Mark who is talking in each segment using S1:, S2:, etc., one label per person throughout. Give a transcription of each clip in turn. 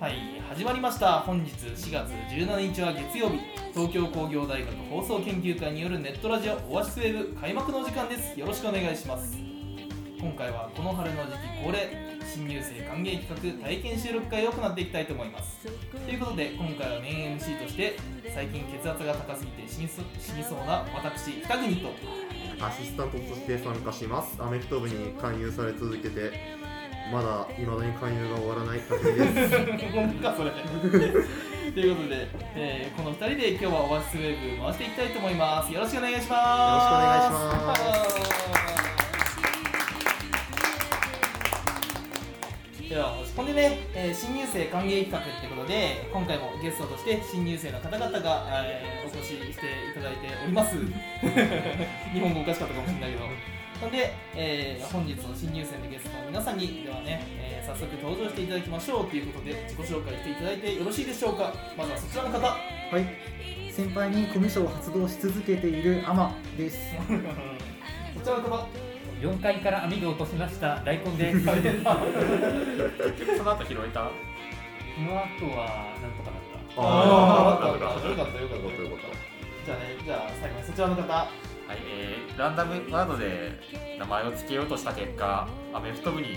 S1: はい始まりました本日4月17日は月曜日東京工業大学放送研究会によるネットラジオオアシスウェブ開幕のお時間ですよろしくお願いします今回はこの春の時期恒例新入生歓迎企画体験収録会を行っていきたいと思いますということで今回はメイン MC として最近血圧が高すぎて死にそ死にそうな私北国と
S2: アシスタントとして参加します。アメフト部に勧誘され続けて、まだ未だに勧誘が終わらない作品です。
S1: 本当かそ れということで、えーこの2人で今日はオアシスウェブ回していきたいと思いますよろしくお願いします
S2: よろしくお願いし
S1: ではほんでね、えー新入生歓迎企画ってことで今回もゲストとして新入生の方々が、えーお越ししていただいており ます日本語おかしかったかもしれないけどほんで、えー本日の新入生のゲストの皆さんにではね、えー早速登場していただきましょうということで自己紹介していただいてよろしいでしょうかまずはそちらの方
S3: はい、先輩にコミュ障を発動し続けているアマです。
S1: そちらの方
S4: 4階から網戸落としました大根ですその後拾えたその後はなんとかなっ
S1: あー
S2: ー
S1: よかったよかったよかった
S2: よかったよかった
S1: じゃあねじゃあ最後にそちらの方
S5: はいえー、ランダムワードで名前を付けようとした結果アメフト部に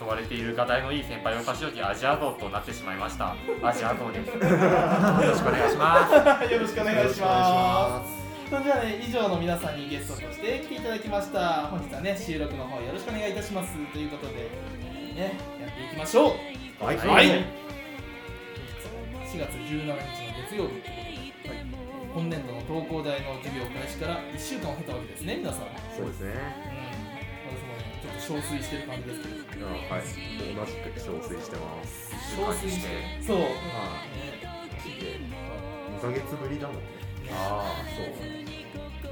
S5: 誘われている画題のいい先輩を差し置きアジア像となってしまいましたアジア像ですよろしくお願いします
S1: よろしくお願いします。それではね、以上の皆さんにゲストとして来ていただきました。本日はね、収録の方よろしくお願いいたします。ということで、ね、やっていきましょう。
S2: はい、
S1: はい。4月17日の月曜日ということで、今年度の東工大の授業開始から1週間を経たわけですね、皆さん。うん、
S2: そうですね。
S1: 私もね、ちょっと憔悴してる感じですけど。
S2: あはい、同じく憔悴してます。
S1: 憔悴して。そう。ね
S2: はあ、2ヶ月ぶりだもんね。
S5: あ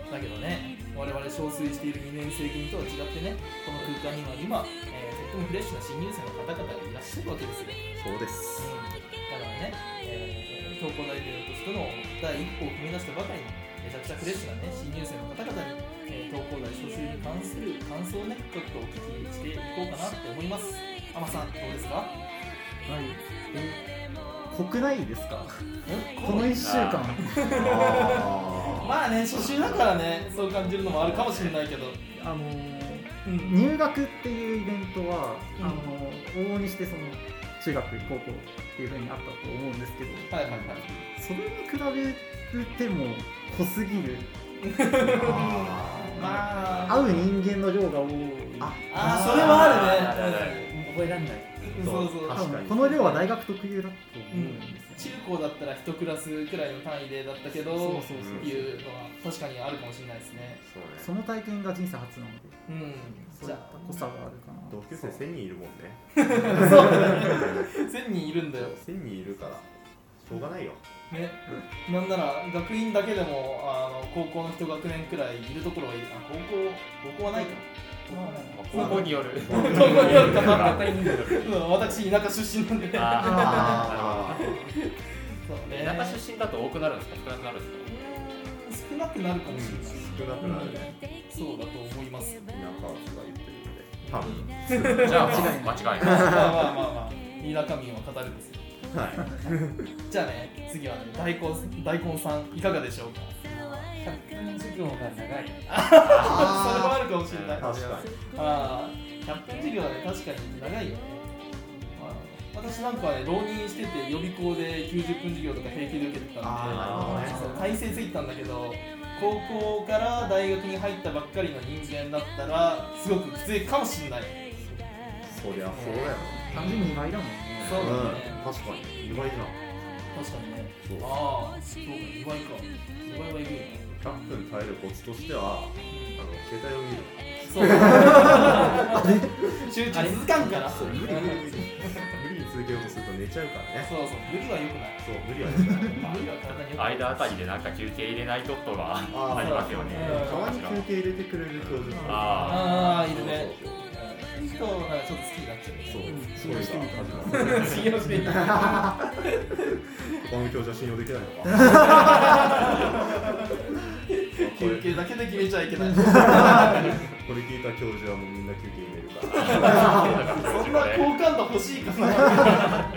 S1: だけどね、我々憔悴している2年生組とは違ってね、この空間には今、えーとってもフレッシュな新入生の方々がいらっしゃるわけですよ。
S2: そうです。
S1: だからね、えー東工大生としての第一歩を踏み出したばかりの、めちゃくちゃフレッシュなね、新入生の方々に、えー東工大招集に関する感想をね、ちょっとお聞きしていこうかなって思います。アマさん、どうですか
S3: はい、え、国内ですか？この
S1: この
S3: 1週間、
S2: あ
S1: まあね、初週だからね、そう感じるのもあるかもしれないけど。
S3: あのー
S1: うん。
S3: 入学っていうイベントは、
S1: うん
S3: あのー往々にしてその中学高校っていう風にあったと思うんですけど、
S1: はいはいはい。
S3: それに比べても濃すぎる。
S2: ー
S1: まあ、
S3: 会う人間の量が多い。
S2: あ
S1: あーそれはあ
S5: あ
S1: る
S5: る
S1: ね
S5: ある
S4: た覚えられない
S1: うんそうそう
S2: あ
S3: 多
S2: 確か
S3: 分
S2: に
S3: この量は大学特有だと思うんです
S1: 中
S3: よ。
S1: 高だったら一クラスくらいの単位でだったけど
S3: そう
S1: っ
S3: そうそう
S1: て。いうのは確かにあるかもしれないですね
S2: そうね。
S3: その体験が人生初なので、
S1: うん
S3: そう
S1: じ
S3: い
S1: ゃ
S3: った濃さがあるかな。
S2: 同級生1000人いるもんね。
S1: あそうだね1000人いるんだよ
S2: 1000人いるから、しょうがないよ。
S1: ねなんなら学院だけでもあの高校の一学年くらいいるところはいるあ高校高校はないか
S5: 高校による
S1: 高校によるかな
S5: 高校によ る
S1: うん私田舎出身なんで そう
S5: あ
S2: あ
S5: ー
S1: ね
S5: 田舎出身だと多くなるんですか少なくなるんですか
S1: 少なくなるか
S2: ーう
S1: も
S2: ん
S1: しれない、
S2: 少なくなるね。
S1: そうだと思い ます
S2: 田舎は言ってるので。多分。
S5: じゃあまあ間違いない
S1: まあまあまあまあ田舎民は語るんですよ
S2: はい。
S1: じゃあね、次はね、大根大根さん、いかがでしょうか。
S4: 100分授業が長い
S1: それも
S2: あ
S1: あるかもしれない。
S2: ー
S1: あ
S2: 確か
S1: あー、100分授業はね、確かに長いよね。まあ私なんかはね、浪人してて、予備校で90分授業とか平気で受けてたんで、
S2: あ
S3: ーなる
S1: そ
S3: ほ
S1: う
S3: どね
S1: 体制ついてたんだけど、高校から大学に入ったばっかりの人間だったら、すごくきついかもしれない。
S2: に。そりゃそうだよ
S3: 単純に2倍だもんね。
S1: そうだ
S2: な。
S1: ね。
S2: 確かに。意外じゃん。
S1: 確かにね。
S2: そう。
S1: ああ、そうか、2倍か。2倍はいるよね。
S2: 100分耐えるコツとしては、あの携帯を見る。
S1: そう。集中続かん から。
S2: そう無理無理無理。無理に続けようとすると寝ちゃうからね。
S1: そうそう、無理は良く ない。
S2: そう無理はしない。
S1: 無理は体に良くない。
S5: 間あたりでなんか休憩入れないととが
S2: あ
S5: ありますよね
S1: うん
S2: たまに休憩入れてくれる教授。
S5: あ
S1: ああ、いるね。人なんかちょっと好きになっちゃうね。
S2: そう
S3: うん。
S2: そういうのが始まる。
S1: 信用していい。
S2: 他の教授は信用できないのか。こ
S1: 休
S2: れ
S1: 憩だけで決めちゃいけない。
S2: これ聞いた教授はもうみんな休憩入れるから。
S1: そんな好感度欲しいかな。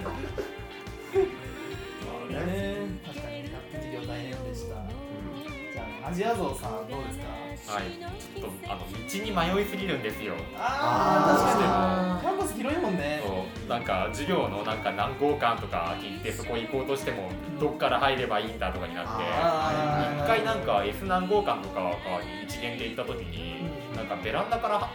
S1: ジアゾウさんどうですか
S5: はい、ちょっとあの道に迷いすぎるんですよ。
S1: あー確かに
S3: あー
S1: キャンパス広いもんね
S5: そうなんか授業のなんか何号館とか聞いてそこ行こうとしてもどっから入ればいいんだとかになって
S1: あー
S5: 一回なんか S 何号館とかに一元で行った時になんかベランダから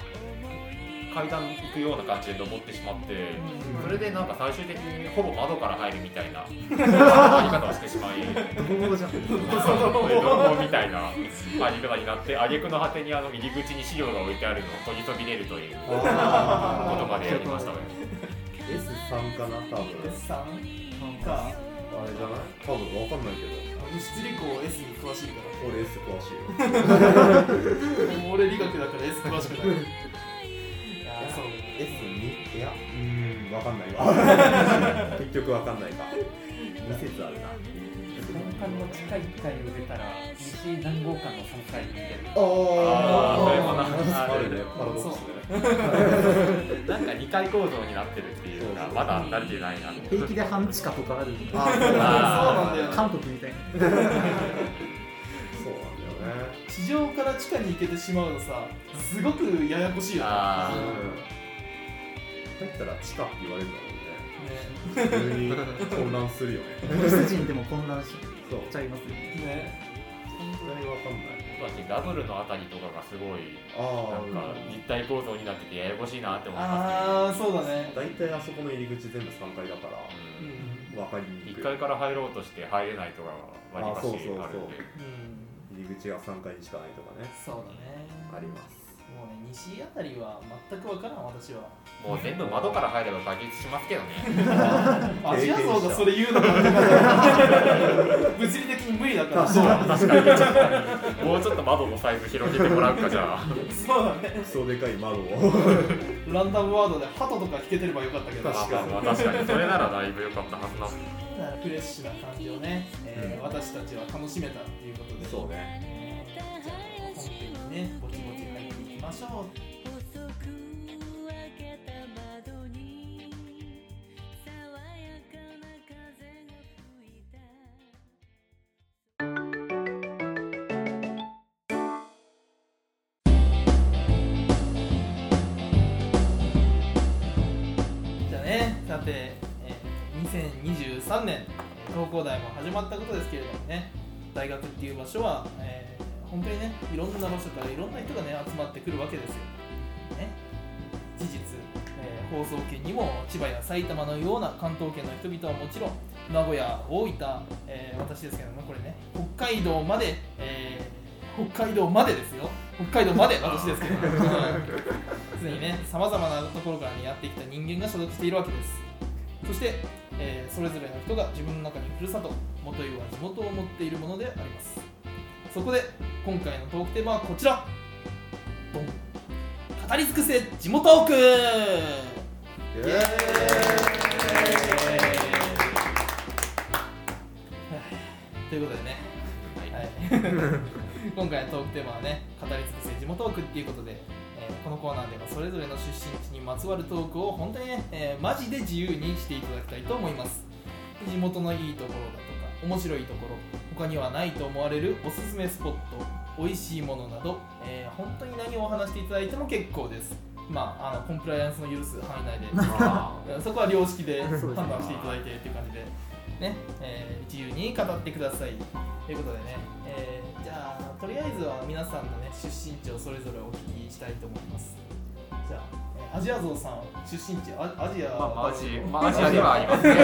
S5: 階段行くような感じで登ってしまってそれでなんか最終的にほぼ窓から入るみたいな入り方をしてしまい
S3: ドボドボじゃん。
S5: 泥棒みたいな入り方になって挙句の果てにあの入り口に資料が置いてあるのを取りそびれるということまでやりましたね。
S2: S3 かな多分
S1: S さんか
S2: あれじゃない多分わかんないけど
S1: 物理工 S に詳しいから
S2: 俺 S 詳しいよ
S1: 俺理学だから S 詳しくないいやそう
S2: S2 いやうーんわかんない わ結局わかんないか2節あるな
S4: 本館の地下1階を出たら西南郷館の3階に出る
S2: あ
S5: あ
S1: ーそれ
S5: もな
S2: あるねパラドックスね
S5: なんか2階構造になってるっていうのがまだ慣れてないなと
S3: 平気で半地下とかあるんで。
S2: あー
S1: なんだよ
S3: 韓国みたいな。
S2: そうなんだよね
S1: 地上から地下に行けてしまうとさすごくややこしいよね
S5: あ
S2: う
S5: ー
S2: ん入ったら地下って言われるんだろ
S1: ね
S2: うね急に混乱するよね
S3: ドイツ人でも混乱し
S2: そう
S3: ちゃいますよね。
S1: ね
S2: 本当にわかんない
S5: だってダブルのあたりとかがすごいな
S2: あ
S5: んか
S2: あ
S5: 立体構造になっててややこしいなって思いますね
S1: ああそうだね
S2: 大体あそこの入り口全部3階だから
S1: うん
S2: 分かりにくい
S5: 1階から入ろうとして入れないとかが割り箸あ
S2: あそうそ
S5: るんで
S2: うそう
S1: うん
S2: 入り口が3階にしかないとかね
S1: そうだね
S2: あります
S1: もうね西あたりは全く分からん私は
S5: もう全部窓から入れば解決しますけどね
S1: アジア像がそれ言うのか 物理的に無理だから
S2: そう
S5: 確かにもうちょっと窓のサイズ広げてもらうかじゃあ
S1: そうだね
S2: クソでかい窓を
S1: ランダムワードでハトとか聞けてればよかったけど
S2: 確かに
S5: まあまあまあ確かにそれならだいぶ良かったはずなんですけ
S1: フレッシュな感じをね、えー
S2: うん
S1: 私たちは楽しめたっていうことで
S2: そうね
S1: じゃあ本編にねぼちぼち入っていきましょうじゃあねさて、えー2023年えー東工大も始まったことですけれどもね大学っていう場所は、えー本当にねいろんな場所からいろんな人がね集まってくるわけですよ、ね、事実、えー放送圏にも千葉や埼玉のような関東圏の人々はもちろん名古屋大分、えー私ですけどもこれね北海道まで、えー北海道までですよ北海道まで私ですけども常にねさまざまなところから、ね、やってきた人間が所属しているわけですそして、えーそれぞれの人が自分の中にふるさと元湯は地元を持っているものでありますそこで今回のトークテーマはこちらドン語り尽くせ地元トーク
S2: イエ
S1: イエーイということでね、はい 今回のトークテーマはね語り尽くせ地元トークっていうことで、えーこのコーナーではそれぞれの出身地にまつわるトークを本当にね、えーマジで自由にしていただきたいと思います地元のいいところだとか面白いところ他にはないと思われるおすすめスポット美味しいものなど、えー本当に何をお話していただいても結構ですまああのコンプライアンスの許す範囲内で
S5: どまあ
S1: そこは良識で
S3: そうですね
S1: 判断していただいてっていう感じで、ねえー自由に語ってくださいということでね、えーじゃあとりあえずは皆さんの、ね、出身地をそれぞれお聞きしたいと思いますじゃあ、えーアジアゾウさん出身地アアジア、
S5: まあアジまあアジアではありますね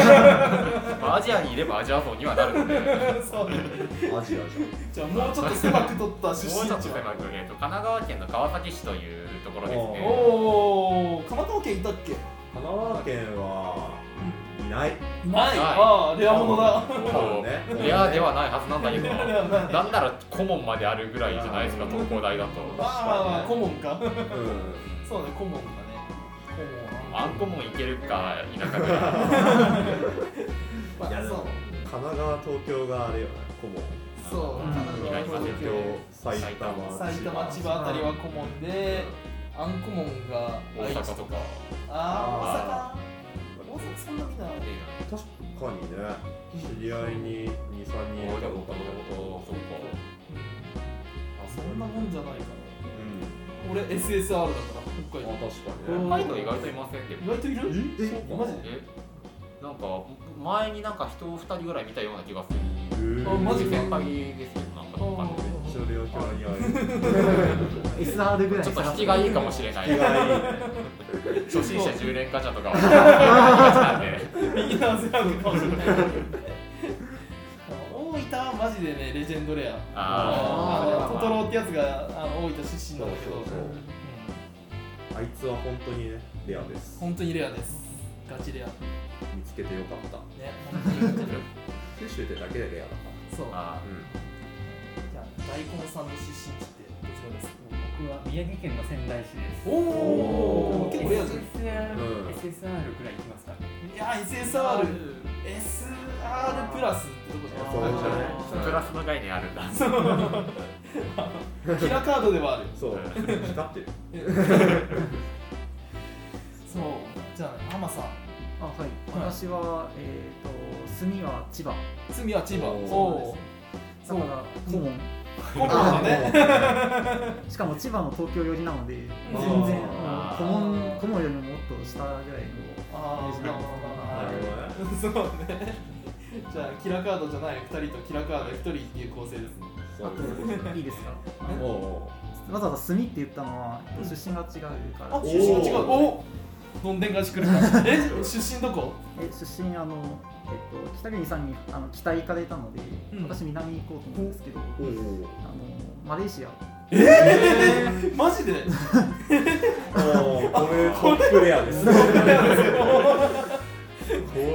S5: まあアジアにいればアジア層にはなるのでもう
S1: そう
S2: アジアじ
S1: じゃあもうちょっと狭く取った
S5: ち
S1: 出
S5: ょっ と
S1: 身地
S5: 狭
S1: は
S5: くえっと神奈川県の川崎市というところです
S1: お
S5: ね
S1: おー神奈川県いたっけ
S2: ゃん神奈川県はいない
S1: ない
S5: い
S1: ああレアものだ
S2: そうね
S5: いやではないはずなんだけど
S1: レアでは ない
S5: なんなら顧問まであるぐらいじゃないですか東工大だと
S1: まあまあまあ顧問か
S2: うん
S1: そうね顧問だね顧問
S5: あんこもいけるか田舎ぐらい
S1: ま
S2: いや
S1: あ
S2: で
S1: そう
S2: も神奈川東京があれよね顧問
S1: そう、
S4: うん
S1: 神奈川
S2: 東
S1: 東京
S2: 京埼玉
S1: 埼玉千葉あたりは顧問で、あんこもんが
S5: 大
S1: 愛知
S5: 阪とか
S1: あー大阪
S2: 確
S1: 大阪そんな見ない
S2: かにね知り合いに23人
S5: おーでももともとそうか
S1: そんなもんじゃないかな
S2: うん
S1: 俺 SSR だから北海道
S5: 北
S1: うん
S5: 海道意外といませんけど
S1: 意外といる
S2: え
S1: そうマジで
S5: えなんか前になんか人2人ぐらい見たような気がする
S2: 確か
S1: あ
S2: に
S1: マジか
S5: 先輩ですよなんか
S1: あ
S5: わかんない
S2: そ
S1: ー
S2: れを今日に会
S3: SR ぐらい
S5: ちょっと
S3: 探
S5: 引
S3: す
S5: きがいいかもしれない
S2: える
S5: 初心者10連ガチャとかは なんで
S1: ビギナーズラグかもしれない大分はマジでねレジェンドレア
S5: あ
S1: あ
S5: ー
S1: のトトロってやつがあの大分出身なんだけど
S2: そうそうそうあいつは本当にねレアです
S1: 本当にレアですガチレアね
S2: 見つけてよかった
S1: 本当に
S2: 九州ってだけでレアだか
S1: そう
S5: あ
S2: らうん
S1: じゃあ大根さんの出身地ってどちらですか
S4: 僕は宮城県の仙台市です
S1: おお結構レアじゃ
S4: SSR
S2: うん
S4: SSR くらい行きますか
S1: んいや SSRSR プラスってとこじゃ
S2: そうじゃない
S5: ープラスの概念あるんだ
S1: ないキラカードではある
S2: そう光ってる
S1: そうじゃあねママさん
S3: あはい、私は、えー、と住は千葉
S1: 罪は千葉
S2: おー
S1: おー
S3: だ
S1: そう
S3: から顧問
S1: コンパだね
S3: しかも千葉も東京寄りなので
S1: あ
S3: 全
S1: ー
S3: 然もう
S5: あー
S3: 顧問顧問よりももっと下ぐらいの
S1: あーまあまあまあ
S2: なるほどね
S1: そうねじゃあキラカードじゃない2人とキラカード1人っていう構成ですね
S2: そ
S3: あ
S2: ういうこと
S3: といいですか
S2: おうおう
S3: わざわざ住みって言ったのは出身が違うから、
S1: あ出身違うおどんでん返し来るか え出身どこ
S3: え出身あの、えっと、北国さんにあの北行かれたので、
S1: うん
S3: 私南行こうと思うんですけど、
S2: おうお
S3: あ
S2: う
S3: のマレーシア
S1: えー、 マジで
S2: おうこれトップレアですこ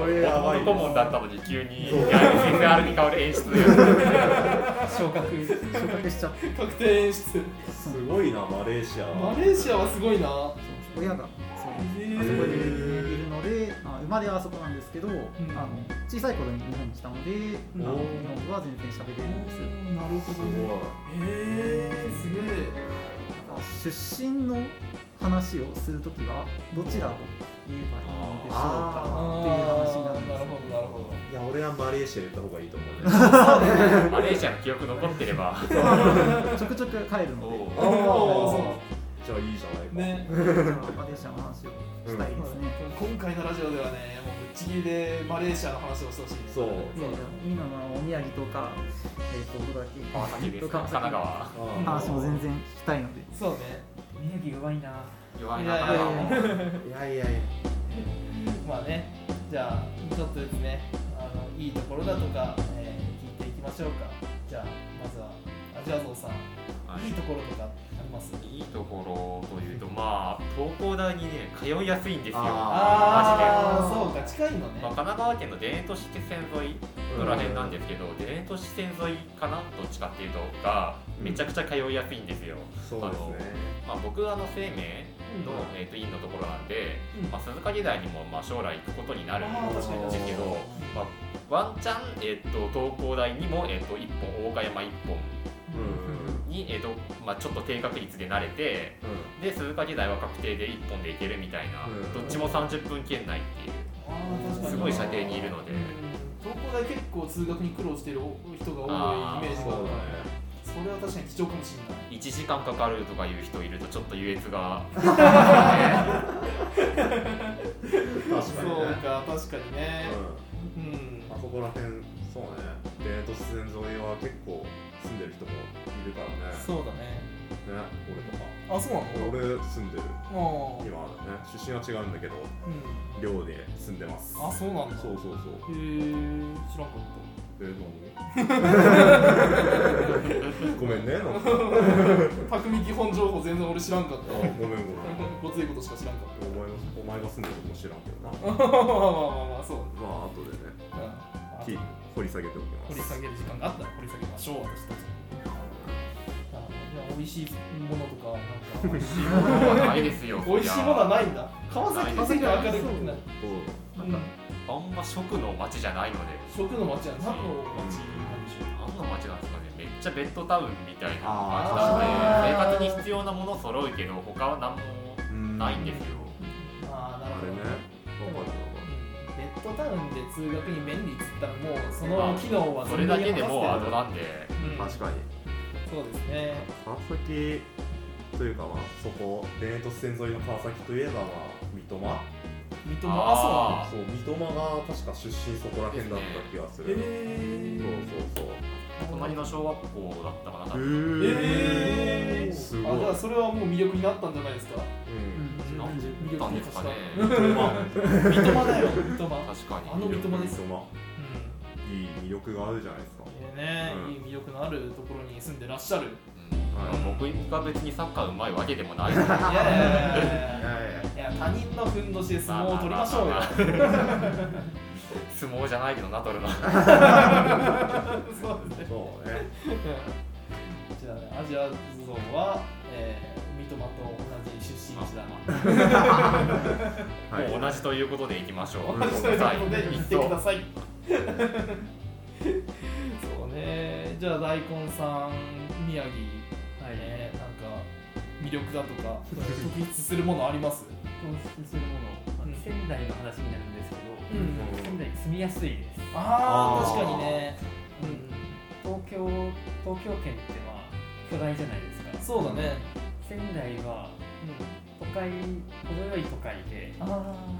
S2: れやばい
S5: 顧問だったのに急に SSR に変わる演出で
S4: 昇格
S3: 昇格しちゃって
S1: 確定演出
S2: すごいなマレーシア
S1: マレーシアはすごいな
S3: そう親がそうあそこでいるので、あ、生まれはあそこなんですけど、あの小さい頃に日本に来たので、あの
S2: おー
S3: 日本語は全然喋れるんですよ
S1: なるほどねえー、すげえ
S3: あ出身の話をするときはどちらを言えばいいのでしょう
S1: あ
S3: か
S1: ー
S3: っていう話になるんで
S1: な
S3: す
S1: る
S3: よ
S1: ほどなるほど
S2: いや俺はマレーシア言った方がいいと思うね
S5: マレーシアの記憶残ってれば
S3: ちょくちょく帰るので、
S5: お
S2: あ
S5: う
S1: おー
S2: じゃあいいじゃないか
S1: ね
S3: マレーシアの話をしたいですね。
S1: 今回のラジオではねもうぶっちぎりでマレーシアの話をしてほしいね
S2: そう
S3: いやいや、今のお宮城とか、えっ、と、どこだっけ、
S5: 川崎です
S3: 川
S5: 神
S3: 崎
S5: 奈川
S2: あ
S3: 話も全然聞きたいので、
S1: そうね
S4: 宮城弱いな
S5: 弱い
S1: い
S5: な
S1: やい
S5: 神
S1: やいや
S5: 奈川も
S2: いやいやいや
S1: まあねじゃあちょっとですねあのいいところだとか、えー聞いていきましょうかじゃあまずはアジアゾウさん、
S5: は
S1: い、
S5: い
S1: いところとかあります
S5: いいところというとまあ東工大にね通いやすいんですよ
S2: あ
S5: ま
S1: あ
S5: あ
S2: マジ
S1: あ
S2: で
S1: そうか近いのね、
S5: 神奈川県の田園都市線沿いのらへんなんですけど田園都市線沿いかなどっちかっていうとがめちゃくちゃ通いやすいんですよ
S2: そうですね
S5: まあ僕はあの生命の
S1: うん、
S5: えー、と院のところなんで、
S1: うん
S5: まあ、鈴鹿時代にもまあ将来行くことになるん
S1: あー確かに
S5: ですけど、まあ、ワンチャン、えー、と東工大にも、えー、と1本大岡山1本
S2: うんうん
S5: に、えーとまあ、ちょっと低確率で慣れてで鈴鹿時代は確定で1本で行けるみたいな、
S2: うん
S5: どっちも30分圏内っていう
S1: あー確かに
S5: すごい射程にいるので、
S1: うん東工大結構通学に苦労してる人が多
S5: あ
S1: いイ
S5: ー
S1: メージがあ
S2: そう
S1: るか
S2: だ
S1: らそれは確かに貴重かもしれない
S5: 1時間かかるとかいう人いるとちょっと優 越が
S1: そうか
S2: ね確かにね
S1: 確かにね
S2: う
S1: うん、
S2: んあそこら辺そうねデート線沿いは結構住んでる人もいるからね
S1: そうだね
S2: ね俺とか
S1: あそうなの
S2: 俺住んでる
S1: もう、
S2: 今ね出身は違うんだけど
S1: う
S2: 寮で住んでます
S1: ん、あそうなんだ
S2: そうそうそう
S1: へー知らんかった
S2: え ー何ごめんねなんか
S1: 匠基本情報全然俺知らんかっ
S2: あごめんごめん
S1: たごついことしか知らんかっ
S2: お前のお前が住んでることも知らんけどな
S1: た まあまあまあまあそう
S2: まあ後でね
S1: だ
S2: き掘り下げておきます
S1: 掘り下げる時間があったら掘り下げましょう私たちあじゃあ美味しいものとかなん か
S5: ないですよ
S1: 美味しいものはないんだ川
S5: な
S1: 崎
S5: い
S1: 川崎は明るくなる
S2: どう
S1: うん
S2: ぞ
S5: あんま食の街じゃないので
S1: 食の街は何の街なんでしょう
S5: 何の街なんですかねめっちゃベッドタウンみたいな
S1: あ
S5: 感
S1: ー
S5: じで生活に必要なもの揃うけど他は何も
S2: うん
S5: ないんですよ
S1: ああ
S2: あ
S1: なるほ
S2: れ
S1: ど
S2: ねわかるわかる
S1: ベッドタウンで通学に便利っつったらもうその機能は
S5: それだけで
S1: 全部
S5: もう
S1: や
S5: ア
S1: っぱ
S5: ド
S1: り
S5: なんで
S1: うん
S2: 確かに
S1: そうですね
S2: 川崎というかまあそこ田園都市線沿いの川崎といえばまあ三笘
S1: 三笘
S5: あ
S1: あ
S5: ー
S2: そう三笘が確か出身そこら辺だった気がす
S1: そうなん
S2: る、
S1: だ
S2: そう
S1: へ
S2: そうそう
S5: 隣の小学校だったかな、多
S2: え
S5: 分
S1: え
S2: ー、す
S1: ー、
S2: ごい
S1: あじゃあそれはもう魅力になったんじゃないですか
S2: うん
S3: うん
S5: なん
S3: 十分
S1: 魅
S5: な
S1: 力
S5: ん
S1: に
S5: ですかね。
S1: 三笘だよ三笘
S5: 確かに。
S1: あの三笘です
S2: 三笘
S1: う
S2: いい魅力があるじゃないですか
S1: んいいね、
S2: うん
S1: いい魅力のあるところに住んでらっしゃるい
S5: うん僕が別にサッカーうまいわけでもない。
S1: やいやいやいや
S2: やいや
S1: いや他人のふんどしで 相撲を取りましょうよ
S5: まあまあ相撲じゃないけどな、取るの。
S1: そうですね
S2: そうね
S1: じゃあねアジアゾーンは、えー、三笘と同じ出身地だな
S2: はい
S5: もう同じということでいきましょう。
S1: 同じということで言ってくだ
S5: い。
S1: さいそうねじゃあ大根さん宮城はいねなんか魅力だとか特筆するものあります
S4: 突出するもの、あの
S1: うん
S4: 仙台の話になるんですけ
S1: う
S4: ど、
S1: ん
S4: 仙台住みやすいです
S1: ああ
S2: あー
S1: 確かにねうん
S4: 東京東京圏ってまあ巨大じゃないですか
S1: そうだね、
S4: 仙台は都会程よい都会で
S1: あー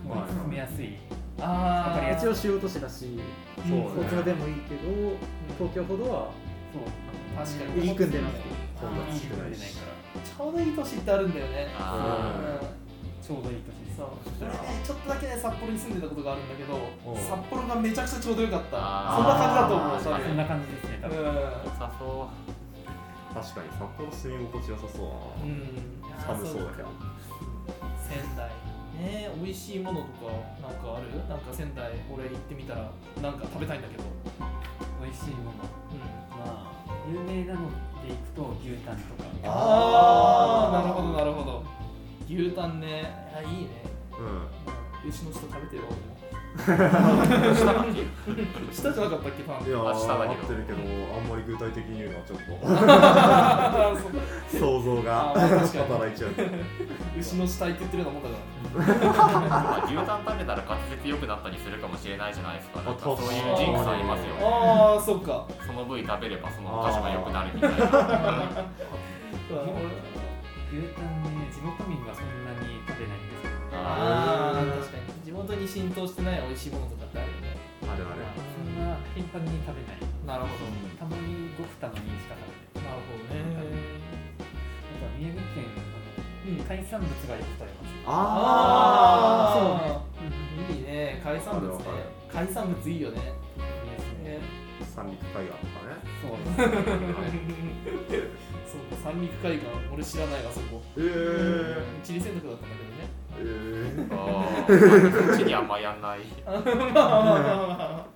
S2: まあ
S4: 住みやすい
S1: あ
S4: わかりや
S1: ー
S4: す
S3: 一応主要都市だし
S1: うん
S2: そうね
S3: 大阪でもいいけど東京ほどは
S4: そう
S1: 確かに
S3: 入り組んでなくて
S2: そんな
S4: ち
S2: ちっくない
S4: ない
S2: し
S4: から
S1: ちょうどいい年ってあるんだよね
S5: あ
S2: ー
S1: うん
S4: ちょうどいい年です
S1: そう俺ねちょっとだけね札幌に住んでたことがあるんだけど
S2: おう
S1: 札幌がめちゃくちゃちょうどよかった
S5: あ
S1: そんな感じだと思う多
S5: ー
S4: あ
S1: 分
S4: そんな感じ
S2: 確か
S5: 良さそ
S4: ですね多分、
S2: に札幌住み心地良さそ
S1: う
S2: う
S1: んうんい
S2: だな、
S1: やーか仙台ね美
S2: 寒そうだけど
S1: 味しいものとかなんかあるなんか仙台俺行ってみたらなんか食べたいんだけど
S4: 美味しいもの
S1: うん
S4: まあ有名なのでいくと牛タンとか
S1: ああなるほどなるほど牛タンねいやいいね
S2: う
S1: うん牛の下食べ てよ
S5: う。下だっけ
S1: 俺も下じゃなかったっけ パン
S2: んいやー
S5: 明日だけ
S2: 合
S5: ど
S2: ってるけどあんまり具体的に言うのはちょっ
S1: あーそう
S2: と想像が
S1: あー確かに
S2: 働いちゃう
S1: 牛の下行って言ってるようなもんだか
S5: まあ牛タン食べたら滑舌良くなったりするかもしれないじゃないですか。なんかそういうジンクスあります
S1: ら
S5: よ。
S1: ああそっか
S5: その部位食べればそのお菓子が良くなるみたいな。
S4: 牛タンね地元民はそんなに食べないんですけど
S1: あー確かに地元に浸透してない美味しいものとかってあるよね
S2: あれあ
S4: まあそんな頻繁に食べない
S1: なるほ
S4: たまにごくたまにしか食
S1: ど
S4: べな
S1: な
S4: い
S1: るほどね
S4: あとは宮城県
S1: うん
S4: あの海産物がよく食べます
S2: あ
S1: あーいいね海産物ね
S2: わか
S1: 海
S2: るわかる
S1: 産物いいよね
S4: いい
S1: ね
S4: ですね
S2: ー三陸海岸とかね
S4: そうですね
S1: そう三陸海岸俺知らないわそこ
S2: え
S1: 地理選択だったんだけ
S2: えー
S5: あーうちにあんまやんない。
S1: ど ねまあまあまあまあまあ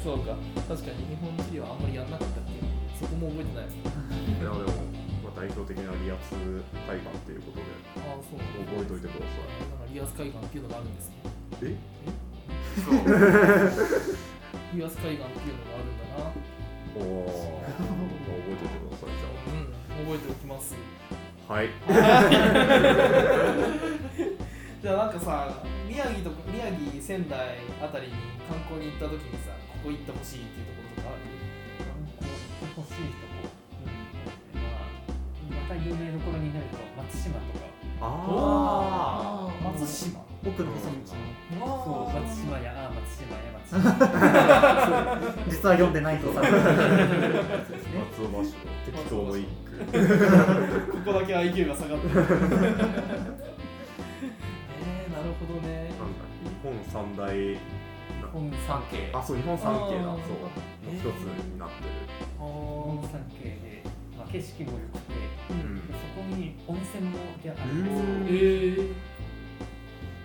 S1: そうか確かに日本地理はあんまりやんなかったっけそこも覚えてないわ
S2: いやでも、まあ、代表的なリアツ海岸っていうことで
S1: ああそうなんだ
S2: 覚えておいてください
S1: なんかリアス海岸っていうのがあるんですね
S2: え
S5: そう。
S1: リアス海岸っていうのがあるんだな
S2: おお覚えておいてくださいじ
S1: うん覚えておきます
S2: ゃあはい
S1: じゃあなんかさ宮城とか宮城仙台あたりに観光に行った時にさここ行ってほしいっていうところとかある
S4: 欲しいとこまあまた有名どころになると松島とか
S2: あ
S3: あ
S1: 松島
S3: 奥の細道の
S4: そう
S1: あー
S4: 松島やあー松島や松島
S3: 実は読んでないとさ
S2: ー松尾芭蕉適当の一句
S1: ここだけ IQ が下がってる えー、なるほどね
S2: なんだ日本三大
S4: 本
S5: 三
S4: 産
S5: 景。
S2: あそう日本三景だ
S1: あ
S2: そう
S1: ー
S2: の一つになってる
S1: あ
S4: 本
S1: ー
S4: 産景で、まあ、景色も良くて
S1: う
S2: うんん
S4: でそこに温泉もあるんですよ
S1: え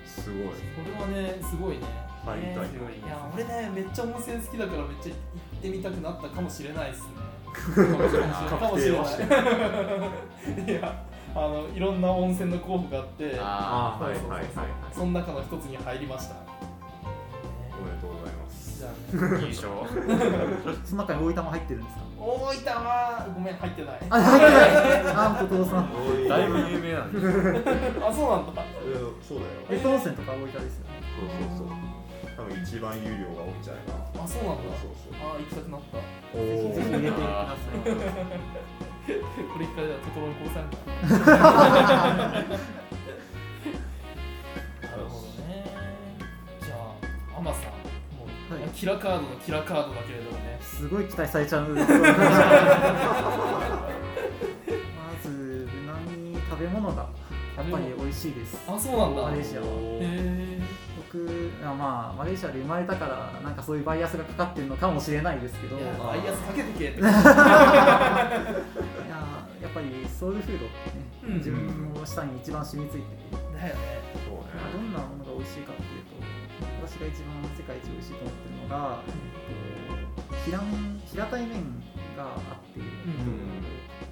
S1: ー、
S2: すごい
S1: これはねすごいね
S2: 入りたい
S4: 強い
S1: いや俺ねめっちゃ温泉好きだからめっちゃ行ってみたくなったかもしれない ですねかもしれ
S2: 確定は
S1: な
S2: し
S1: い
S2: て
S1: い やあのいろんな温泉の候補があって
S5: あ
S2: あーはいはいはいはい
S1: その中の一つに入りました、ね
S2: おめでとうございます
S1: じゃあ、ね、
S5: あ、優勝。
S3: その中に大分も入ってるんですか
S1: 大分はごめん入ってないあ
S3: あ入ってない あー後藤さん
S5: だいぶ有名なんですよ。
S1: そうなんだ
S2: いやそうだよ
S3: 別府温泉とか大分ですよね
S2: そうそうそう多分一番有料が多いんじゃないかな
S1: あそうなんだ
S2: そうそう
S1: あ行きたくなった
S2: そうおお
S3: ぜひ入れてください
S1: これ聞かれたらトトロに殺されるかななるほどねじゃあアマさんもう、
S3: はい
S1: キラカードのキラカードだけれどもね
S3: すごい期待されちゃうまず無難に食べ物がやっぱり美味しいです
S1: あそうなんだ
S3: マレー
S1: へ
S3: シアは
S1: え
S3: 僕あまあマレーシアで生まれたからなんかそういうバイアスがかかってるのかもしれないですけど
S1: い
S3: い
S1: や
S3: や
S1: バイアスかけてけって
S3: やっぱりソウルフードってね、
S1: うん
S3: 自分の舌に一番染みついてて
S1: だよね
S3: まあどんなものが美味しいかっていうと私が一番世界一美味しいと思ってるのが、えっと、平麺平たい麺があって、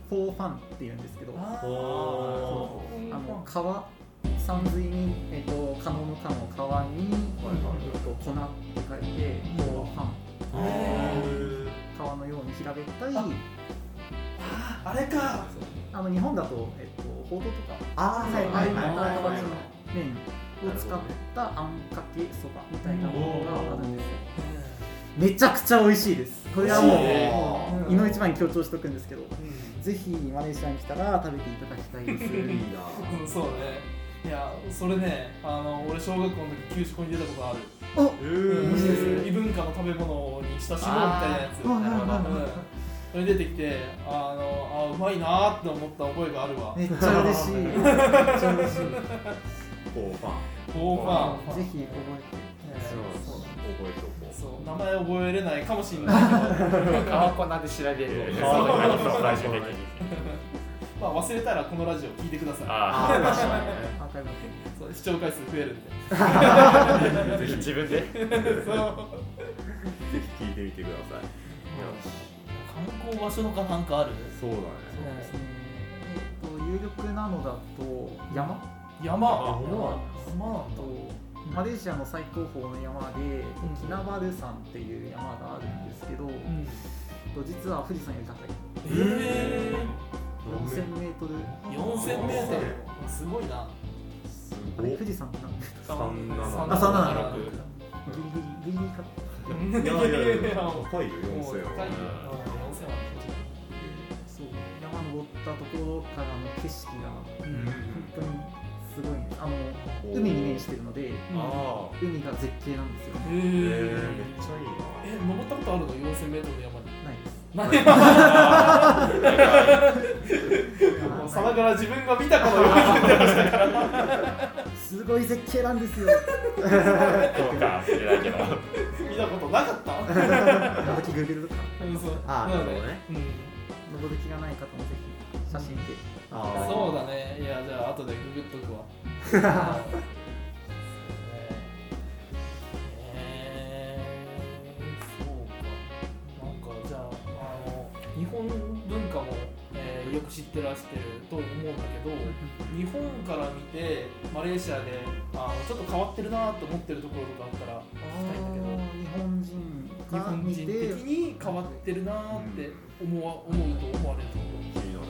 S3: フォーファンっていうんですけどあ
S1: あ
S2: お
S1: ー
S3: の皮さんずいに、えっと、可能の可の皮に、えっと、粉って書いてフォーファン皮のように平べったい
S1: ああれか
S3: あの日本だと、えっと、ほうとうとか
S2: あーはいはいはいはいはいはい
S3: 麺を使ったあんかけそばみたいなものがあるんですよめちゃくちゃ美味しいですこれはも
S1: 美
S3: う
S1: 味しいね
S3: もう胃の一番に強調しておくんですけどぜひマレーシアに来たら食べていただきたいです
S1: うんそうだねいやそれねあの俺小学校の時給食に出たことある
S3: お
S1: うん
S3: 面白いですね
S1: 異文化の食べ物に親しもうみたいなやつ
S3: あー
S1: なるほど
S3: はいはいはい
S1: うんそれ出てきてあのあうまいなーって思った覚えがあるわ
S3: めっちゃ嬉しいめっちゃ嬉しい
S2: こうファン
S1: オーファン
S3: ぜひ覚
S1: ね
S2: そう覚えておこ
S1: そう名前覚えれないかもしれないけど
S5: あこんなんで調べる。
S2: そう
S5: 最終的に。
S1: まあ忘れたらこのラジオ聞いてくださ
S5: あ
S2: ああ確かにね
S3: えてアーカイブの
S1: い そう視聴回数増えるんで
S5: あ、ぜひ自分で。
S1: そう
S2: 聞いてみてください
S1: 観光場所とかなんかある
S2: そうだね
S3: そうですねえっと有力なのだと山
S1: 山
S2: あほんま
S1: 山なんだ
S3: とマレーシアの最高峰の山で
S1: ん
S3: キナバル山っていう山があるんですけど、え
S1: ん
S3: っと実は富士山より高い
S1: え
S3: 4 0 0 0メートル
S1: えー、4000メートルすごいな
S2: す
S3: あ
S2: ごい
S3: れ富士山ってなんだ
S2: 376
S3: あそうなん
S1: 376
S3: だギリギリギリギリか
S1: うん
S2: いやいやいや
S1: もう
S2: 高いよ
S1: 高いよ
S2: 4000は
S3: そう山登ったところからの景色が
S1: うん
S2: うん
S3: 本当にすごいんですあの海に面してるので
S5: あ
S3: 海が絶景なんですよね
S1: へ
S2: え
S1: ー
S2: ーめっちゃいいな
S1: え登ったことあるの 4000m の
S3: ないで
S1: 山
S3: す
S1: にないもうさな
S3: あ
S1: がら自分が見たかのように
S3: すごい絶景なんですよ
S5: あ、そうか、知らないけど。
S1: 見たことなかった
S3: 登きグーグルとか
S1: うんそう
S2: あー
S1: なので
S2: なるほどね
S1: うん
S3: 登る気がない方もぜひ写真で
S2: あー
S1: そうだねいやじゃあ後でググっとくわそうねえーそうかなんかじゃああの日本文化も、えーよく知ってらしてると思うんだけど日本から見てマレーシアであのちょっと変わってるなと思ってるところとかあったら聞きたいんだけど
S3: 日本人
S1: 日
S3: が
S1: 本
S3: 見
S1: 人的
S3: て
S1: に変わってるなって思わ思うと思われると思う。
S2: 気になる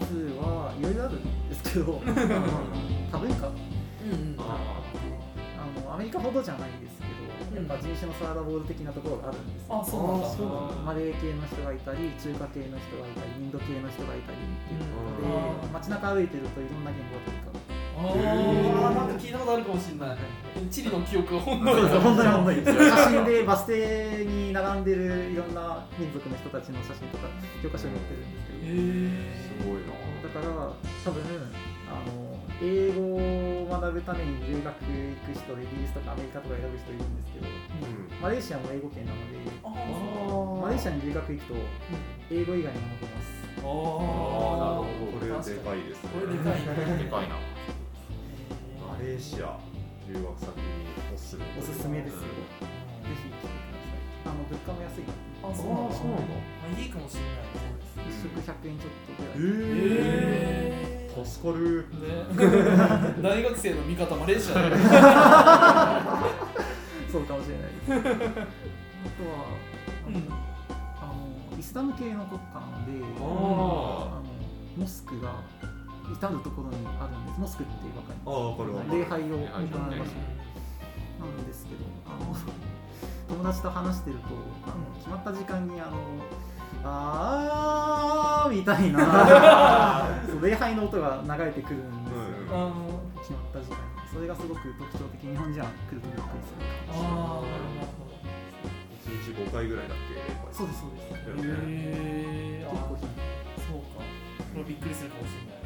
S3: まずはいろいろあるんですけ どあの多文化
S1: うん
S2: な
S3: あのアメリカほどじゃないですけど、
S1: うん
S3: やっぱ人種のサラダボール的なところがあるんですよ
S1: あそうなんだ
S2: あそうなんだ
S3: マレー系の人がいたり中華系の人がいたりインド系の人がいたりっていう
S1: うん
S3: で街中歩いてるといろんな言語という
S1: あ
S3: か
S1: ーなんか聞いたことあるかもしれない。チリの記憶がほんのりだ。
S3: 本当に本当に写真でバス停に並んでるいろんな民族の人たちの写真とか教科書に載ってるんで
S1: へ
S3: す
S1: ー
S2: す
S3: け
S2: ごいな
S3: どだから多分あの英語を学ぶために留学行く人でイギリスとかアメリカとか選ぶ人いるんですけど
S2: うん
S3: マレーシアも英語圏なので
S1: あ
S3: マレーシアに留学行くと英語以外にも残ってま
S1: あ
S3: す
S1: ー
S5: あーなる
S2: これでかいですね
S1: これでかいね。
S5: でかいな。
S2: マレーシア留学先におすすめ
S3: おすすめですよぜ
S1: う
S3: ひ来てくださいあの物価も安いので
S1: んあ、そうなんだ。あいいかもしれな
S3: 1食100円ちょっとぐらい
S1: いね。
S2: え
S1: へ
S2: ー助かる
S1: ーね大学生の味方マレーシアだね。
S3: そうかもしれないですあとはあの、あのイスラム系の国家なので
S1: あ
S3: あのモスクが至る所にあるんですモスクっていうばかり
S2: ああわかるわかる
S3: 礼拝を行う
S5: はい
S3: 場所なんですけどあの友達と話してるとあの決まった時間にあのあーみた いなそう礼拝の音が流れてくるんです
S2: う
S3: よ、
S2: ん
S1: あ
S3: 決まった時間にそれがすごく特徴的日本人は来るとびっくりする
S1: あーなる
S2: 1日5回ぐらいだっけ
S3: そうですそうで
S2: だ
S3: す
S2: よ
S1: ほど
S2: ね
S1: へえー、
S3: 結
S1: あ
S3: 構頻
S1: そうかこれびっくりするかもしれない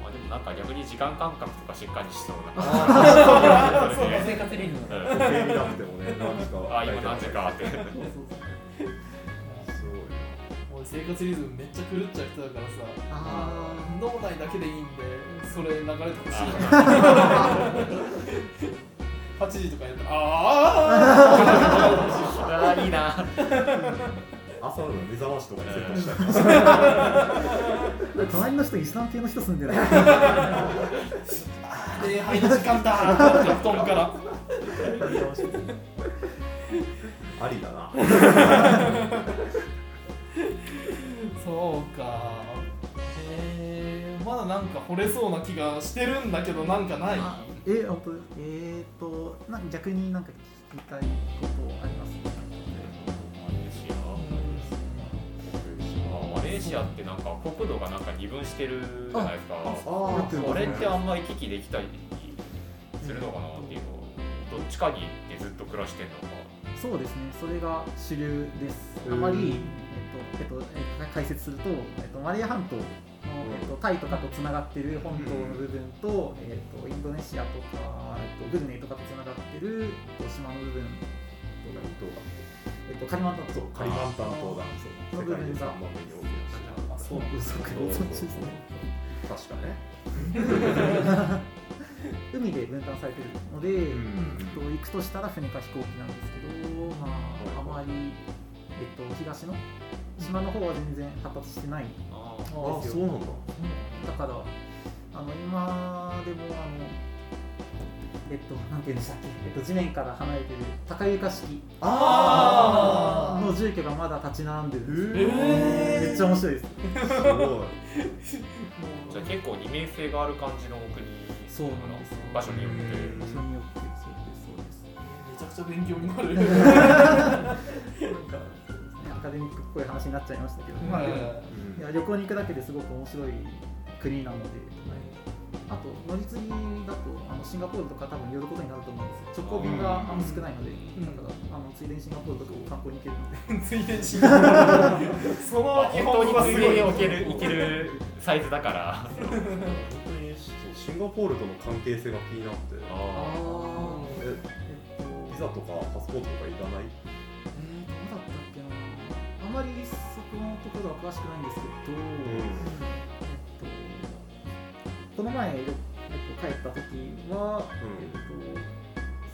S5: まあでもなんか逆に時間感覚とかしっかりしそうな。
S1: あー
S5: そうですね
S4: 生活リズム
S5: う
S4: が
S5: ん
S2: 時計見なくてもね何時かは
S5: あ、今何時かって。
S3: 繁そうそ
S2: す
S3: うそう
S2: ごいな
S1: 俺生活リズムめっちゃ狂っちゃう人だからさ
S3: あ
S1: 脳内だけでいいんでそれ流れてほし い
S5: あ
S1: 8時とかやったらああ
S5: あー、いいな。
S2: 朝の目覚ましとかにセットしたり
S3: ー隣の人イスラム系の人住ん でる
S1: 礼拝の時間だって布団から
S2: ありだな
S1: そうかへえまだなんか惚れそうな気がしてるんだけどなんかない
S3: え本当ですえーっとなんか逆になんか聞きたいことあります
S5: まあマレーシアってなんか国土がなんか二分してるじゃないですか。
S2: あ
S3: ー
S5: あれってあんまり行き来できたりするのかなっていうのを。どっちかに行ってずっと暮らしてんのか。
S3: そうですねそれが主流です
S2: へ
S3: あ
S2: ー
S3: まり、えっとえっとえっと解説すると、えっと、マリア半島の、えっと、タイとかとつながってる本島の部分と,、えっと、インドネシアとか、えっと、ブルネイとかとつながってる、えっと、島の部分、えっと、カリマンタン
S2: そうカリマンタン島だそう世界で三番目に大きな島
S3: そうそう
S2: そうそううそ
S3: そです
S2: う
S3: ね
S2: 確かね
S3: 海で分担されてるので、えっと、
S2: ん
S3: 行くとしたら船か飛行機なんですけど、まあ、あまり、えっと、東の島の方は全然発達してない
S5: あ
S2: ああそうなんだ
S3: だからあの今でもあのえっとなんて言うんでしたっけ、えっと、地面から離れてる高床式
S1: あ
S3: の住居がまだ立ち並んでるんですよ、
S1: えー
S3: めっちゃ面白いです
S2: すごい
S5: じゃあ結構二面性がある感じの国
S3: そうなんですよ
S5: 場所によって
S2: うん
S3: 場所によってそうですそうで
S1: め
S3: す
S1: ちゃくちゃ勉強になるなんか
S3: アカデミックっぽい話になっちゃいましたけど、まあでも いや旅行に行くだけですごく面白い国なのであと乗り継ぎだとあのシンガポールとか多分寄ることになると思うんですよ直行便があの少ないので
S1: ん
S3: だからあのついでにシンガポールとかも観光に行けるので
S1: ついでに死んでるその日
S5: 本当
S1: 本
S5: に
S1: 語はす
S5: 水
S1: ごい
S5: 泳に行ける行けるサイズだから。
S2: 本当にそうシンガポールとの関係性が気になって
S5: あ
S1: あ
S2: え
S3: えっと
S2: ビザとかパスポートとかいらない
S3: えー、どうだったっけなあまりそこのところは詳しくないんですけど、えっと、この前、えっと、帰った時は、
S2: ん
S3: えっと、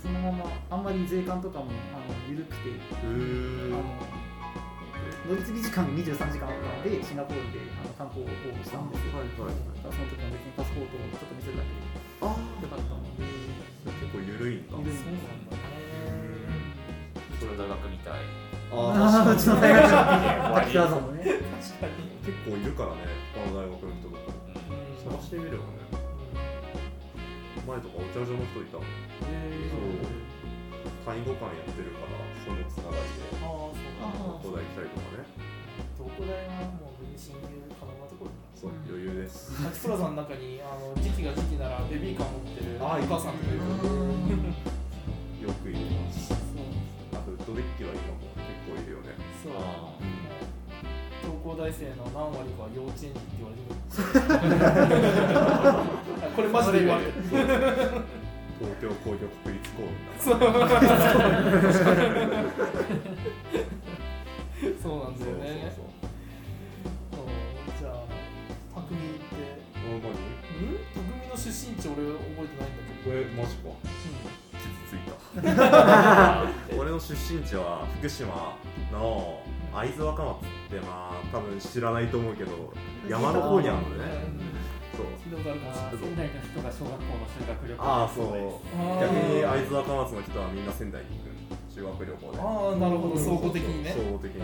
S3: そのままあんまり税関とかもあの緩くて、あ
S2: うん
S3: の
S2: へ
S3: 乗り継ぎ時間が23時間あったのでシンガポールであの観光をしたんですよ、
S2: はいはい
S3: だからその時は別にパスポートをちょっと見せるだけ
S2: ああ
S3: でよかったので、
S2: 結構緩いんだ
S3: 緩い
S1: そうなんだ
S5: それ大学みたい。
S2: あ
S3: あーうちの大 学の滝沢さ
S5: 終わ
S3: んもね
S1: 確かに
S2: 結構いるからね他の大学の人とか
S5: り
S1: うん
S2: 探してみればね前とかお茶女の人いたもん
S1: え
S2: 介護官やってるからそのつながりで
S1: ー、ああそうなんだ
S2: 東
S3: あ
S2: 大来たりとかね
S1: どこだよなもう分身入可能なところだ
S2: そう余裕です
S1: な滝空さんの中にあの時期が時期ならベビーカー持ってるお
S2: あーい
S1: 母
S2: い
S1: さんとかいる
S2: う
S3: うん
S2: よくいま
S1: そ
S2: すあとウッドデッキはいいかも結構いるよね
S1: うそう
S5: あ
S1: 東工大生の何割かは幼稚園児って言われてるこれマジで言われる
S2: 東京工業国立公園だ
S1: そうそうなんだよねそう
S2: そうそう
S1: じゃあ匠って
S2: そうあマジ
S1: うん匠の出身地俺覚えてないんだけど
S2: これマジか
S1: う
S2: 傷つい
S5: あ
S2: た俺の出身地は福島の会津若松ってまあ多分知らないと思うけど山の方にあるの
S1: ん
S2: ねそう
S1: 聞いたことあるかもしれ
S4: あ
S1: ない
S4: ー仙台の人が小学校の修学旅行
S2: ああそう
S1: あー
S2: 逆に会津若松の人はみんな仙台に行く修学旅行で
S1: ああなるほど
S2: そう
S1: 総合的にね
S2: 総合的に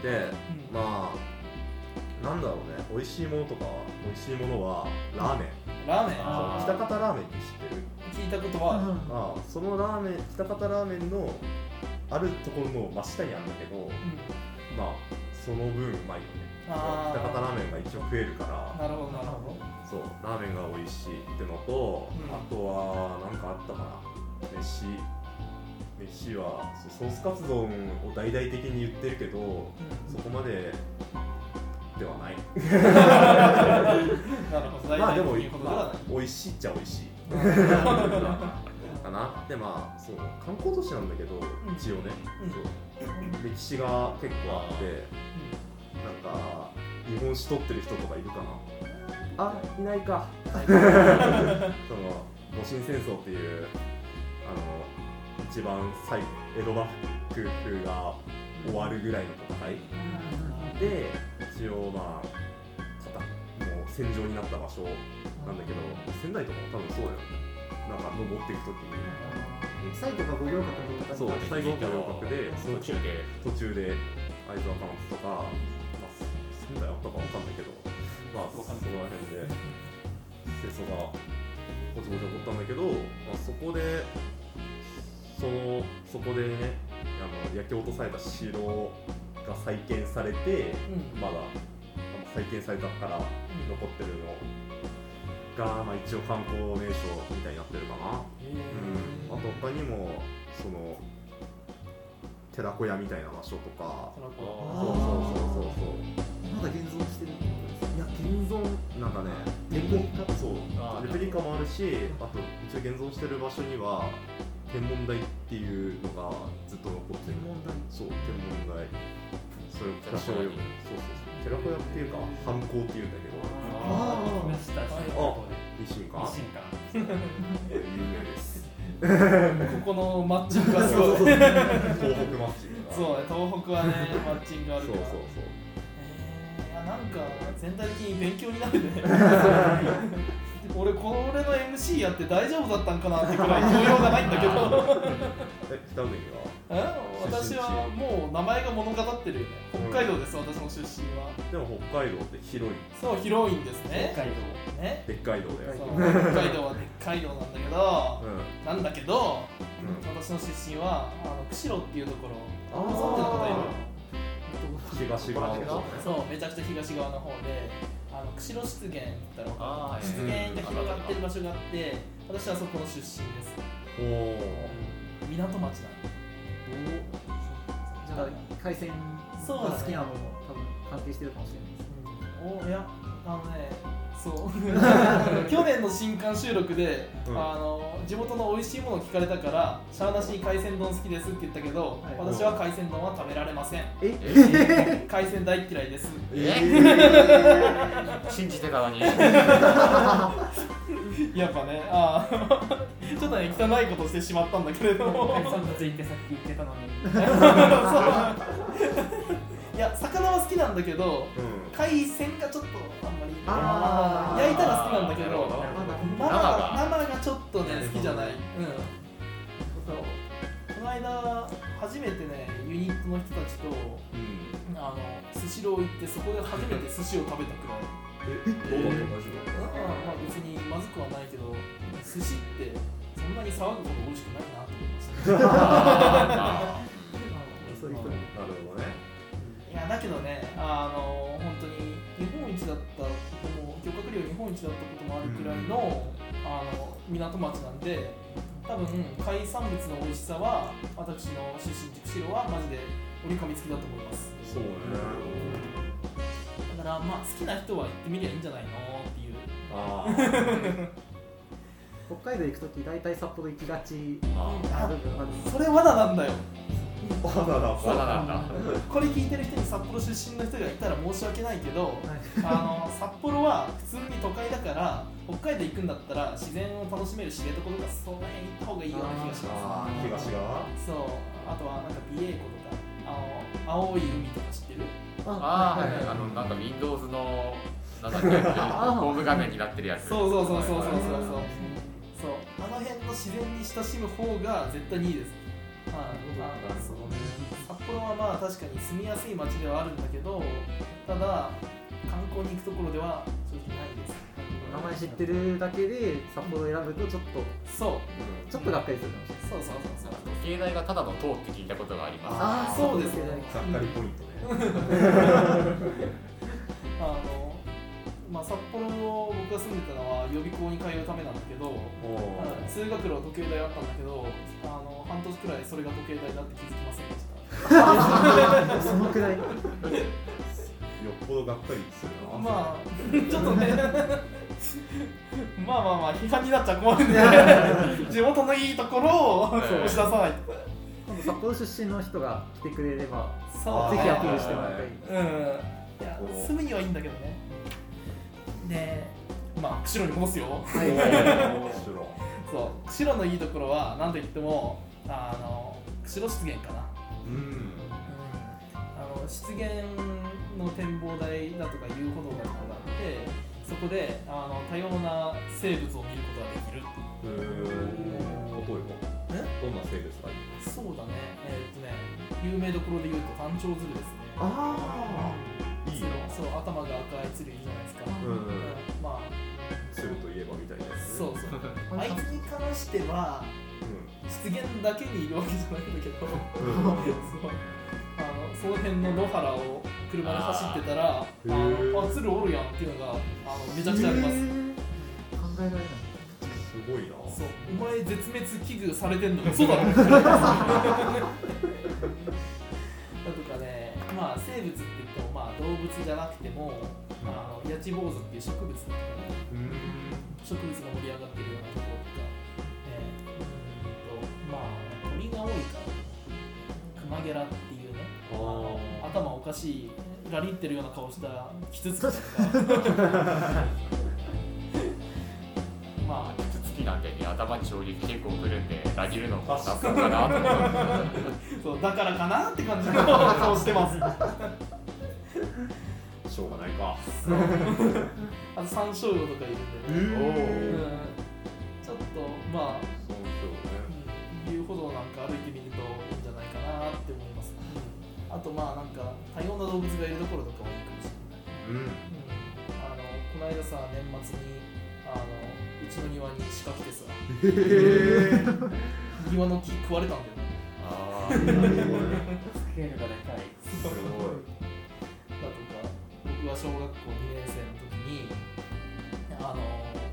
S2: でまあなんだろうね美味しいものとか美味しいものはラーメン
S1: うんラーメン
S5: あー
S2: そう喜多方ラーメンって知
S1: 聞いた
S2: ってる
S1: ことはある
S2: ああそのラーメン喜多方ラーメンのあるところの真下にあるんだけどまあそその分うまいよね
S1: あ
S2: 喜多方
S1: ー
S2: ラーメンが一応食えるか
S1: な
S2: ら
S1: るほどなるほど
S2: そうラーメンが美味しいってのと、
S1: うん
S2: あとは何かあったかな飯飯はそうソースカツ丼を大々的に言ってるけどそこまでではない
S1: なるほど
S2: まあでも
S1: 大体いうことでは
S2: 美味しいっちゃ美味しい
S1: ない
S2: かなでまあそう観光都市なんだけど
S1: ん
S2: 一応ね、
S1: うん
S2: そう歴史が結構あってなんか日本史取ってる人とかいるかなあいないか その戊辰戦争っていうあの一番最江戸幕府が終わるぐらいの戦いで一応まあ片もう戦場になった場所なんだけど仙台とかも多分そうだよねなんか登っていく時に
S3: 最後が五稜郭の戦い
S2: そう最後の合格でその
S5: 途中で
S2: 途中で会津若松とか、まあ、仙台あったかわかんないけど、まあ、そこら辺で戦争がごちゃごちゃ起こったんだけど、まあ、そこでそのそこでねあの焼き落とされた城が再建されて
S1: うん
S2: まだあの再建されたから残ってるのが、まあ、一応観光名所みたいになってるかな。うん、あと他にもその寺子屋みたいな場所とか
S1: その子
S2: そう
S1: は
S2: そうそうそうそう
S3: まだ現存してる
S2: いや現存なんかね
S3: レプリカ
S2: そうレプリカもあるしあと一応現存してる場所には天文台っていうのがずっと残って
S3: 天
S2: る
S3: 文台
S2: そう天文台それ場所を読むそうそうそう寺子屋っていうか藩校っていうんだけ
S4: あー来ました
S1: あ
S2: ど維新か
S4: 維新か
S2: 有名です
S1: ここのマッチングがすごい
S2: そう
S1: そうね
S2: 東北マッチ
S1: 東北はねマッチングあるか ら
S2: そうそうそう
S1: えーいやなんか全体的に勉強になる ね俺これの MC やって大丈夫だったんかなってくらい教養がないん だけど
S2: え二組は
S1: え私はもう名前が物語ってるよね北海道です私の出身は
S2: でも北海道って広い
S1: そう広いんですね
S4: 北海道
S1: ね
S2: でっかい道だ
S1: そう
S2: よ、
S1: 北海道はでっかい道なんだけど
S2: う
S1: な
S2: ん
S1: んだけど
S2: うん
S1: 私の出身はあの釧路っていうところ
S2: あー
S1: そうってことよ
S2: 東側の方ね
S1: そうめちゃくちゃ東側の方であの釧路湿原って言ったら
S5: あ
S1: 湿原が広がってる場所があって私はそこの出身です
S2: おお
S1: 港町なんで
S3: じゃあ海鮮が好きなのも多分関係してるかもしれないです
S1: おいやあのねそう 去年の新刊収録で、
S2: うん
S1: あの地元の美味しいものを聞かれたから「しゃーなし海鮮丼好きです」って言ったけど、
S3: はい
S1: 私は海鮮丼は食べられません海鮮大嫌いです
S5: 信じてか らに
S1: やっぱねああ ちょっとね汚いことをしてしまったんだけれ ども
S4: 海産物行ってさっき言ってたのに
S1: そういや魚は好きなんだけど
S2: うん
S1: 海鮮がちょっとあんまり
S3: あー
S1: 焼いたら好きなんだけど
S5: なるほど
S3: まだ
S1: 生が生がちょっとね好きじゃない、うん、そうこの間初めてねユニットの人たちと
S2: うん
S1: あのスシロー行ってそこで初めて寿司を食べたくらい、
S2: えどうだった大丈
S1: う
S2: 夫
S1: んまあ、別にまずくはないけど寿司ってそんなに騒ぐほど美味しくないなと思いました、ね、
S3: そういう人も
S2: なるほどね
S1: いやだけどねあの本当に日本一だったことも漁獲量日本一だったこともあるくらいの,、あの港町なんで多分海産物の美味しさは私の出身地釧路はマジで折り紙付きだと思います
S2: そうね
S1: だからまあ好きな人は行ってみりゃいいんじゃないのっていう
S2: あー
S3: 北海道行く時大体札幌行きがち
S5: あ
S3: な部分があるんです
S1: それ罠なんだよ
S2: バナナ
S5: そうなんだ
S1: これ聞いてる人に札幌出身の人がいたら申し訳ないけど
S3: はい
S1: あの札幌は普通に都会だから北海道行くんだったら自然を楽しめる知床とかその辺行った方がいいような気がしま
S2: あー東側
S1: すそうあとはなんか美瑛湖とかあの青い海とか知ってる
S5: あ
S3: あ
S5: ー、はいはい、あのなんか Windows のなんだっけホーム画面になってるやつ
S1: そうそうそうそうそうそう
S5: はい
S1: そうそうあの辺の自然に親しむ方が絶対にいいですはいあそう札幌はまあ確かに住みやすい街ではあるんだけどただ観光に行くところでは正直ないです
S3: 名前知ってるだけで札幌を選ぶとちょっと
S1: そう
S3: ちょっとがっかりするかもしれない
S1: そうそうそうそう
S5: 芸大がただの塔って聞いたことがあります
S1: あーそうですね
S2: がっかりポイントね
S1: あのまあ札幌僕が住んでたのは予備校に通うためなんだけど
S2: おおー
S1: 通学路は時計台あったんだけどあの半年くらいそれが時計台だって気づきませんでした
S3: あそのくらい
S2: よっぽどがっかりするな
S1: まあちょっとねまあまあまあ批判になっちゃ困るんで地元のいいところを
S5: ええ
S1: 押し出さないと
S3: 今度札幌出身の人が来てくれれば
S1: そう
S2: あ
S3: ぜ
S1: ね
S3: ひアピールしてもらいたい
S1: うんいや住むにはいいんだけどねでまあ釧路に戻すよ
S2: はい面白い
S1: そう釧路のいいところは何といってもあの釧路湿原かな
S2: うん
S1: あの湿原の展望台だとか遊歩道だとかがあってそこであの多様な生物を見ることができる
S2: へえ例えばどんな生物がいい
S1: そうだねえーっとね有名どころで言うとタンチョウズルですね
S2: ああいいな
S1: そうそう頭が赤い鶴いるじゃないですか、
S2: うんうん
S1: うんまあ
S2: 鶴といえばみたいなやつ
S1: そう そうあいつに関しては湿原だけにいるわけじゃないんだけど
S2: うんうん
S1: そうあのその辺の野原を車で走ってたらあ
S2: ーへ
S1: の
S2: ー
S1: あ鶴おるやんっていうのがあのめちゃくちゃあります
S3: へー考えられない
S2: すごいな
S1: そうお前絶滅危惧されてんのかそうだ ろだとかねまあ生物って言ってもまあ動物じゃなくても、まあ、あのヤチボウズっていう植物だとかね
S2: うん
S1: 植物が盛り上がってるようなところとか、えー、うーんとまあ鳥が多いからクマゲラっていうね
S2: あー
S1: 頭おかしいラリってるような顔 したキツツキとかまあ
S5: 頭突きなんでね頭に衝撃結構くるんで裏切るのもなそうかなと思って
S1: そうだからかなって感じの顔してます
S2: しょうがないか
S1: あと山椒魚とかいるん
S2: お
S1: で、ねうん
S2: ー
S1: ちょっとまあ、
S2: そうそ
S1: う
S2: うね
S1: ん、遊歩道なんか歩いてみるといいんじゃないかなって思います、うんあとまあなんか多様な動物がいるところとかはいいかもしれない
S2: うん
S1: あのこの間さ年末にあのうちの庭に仕掛けてさ庭の木食われたんだよね
S5: あ
S2: すごい
S5: ー
S4: スケールがでかい
S2: す
S1: だと
S2: ごい
S1: か僕が小学校2年生の時にあの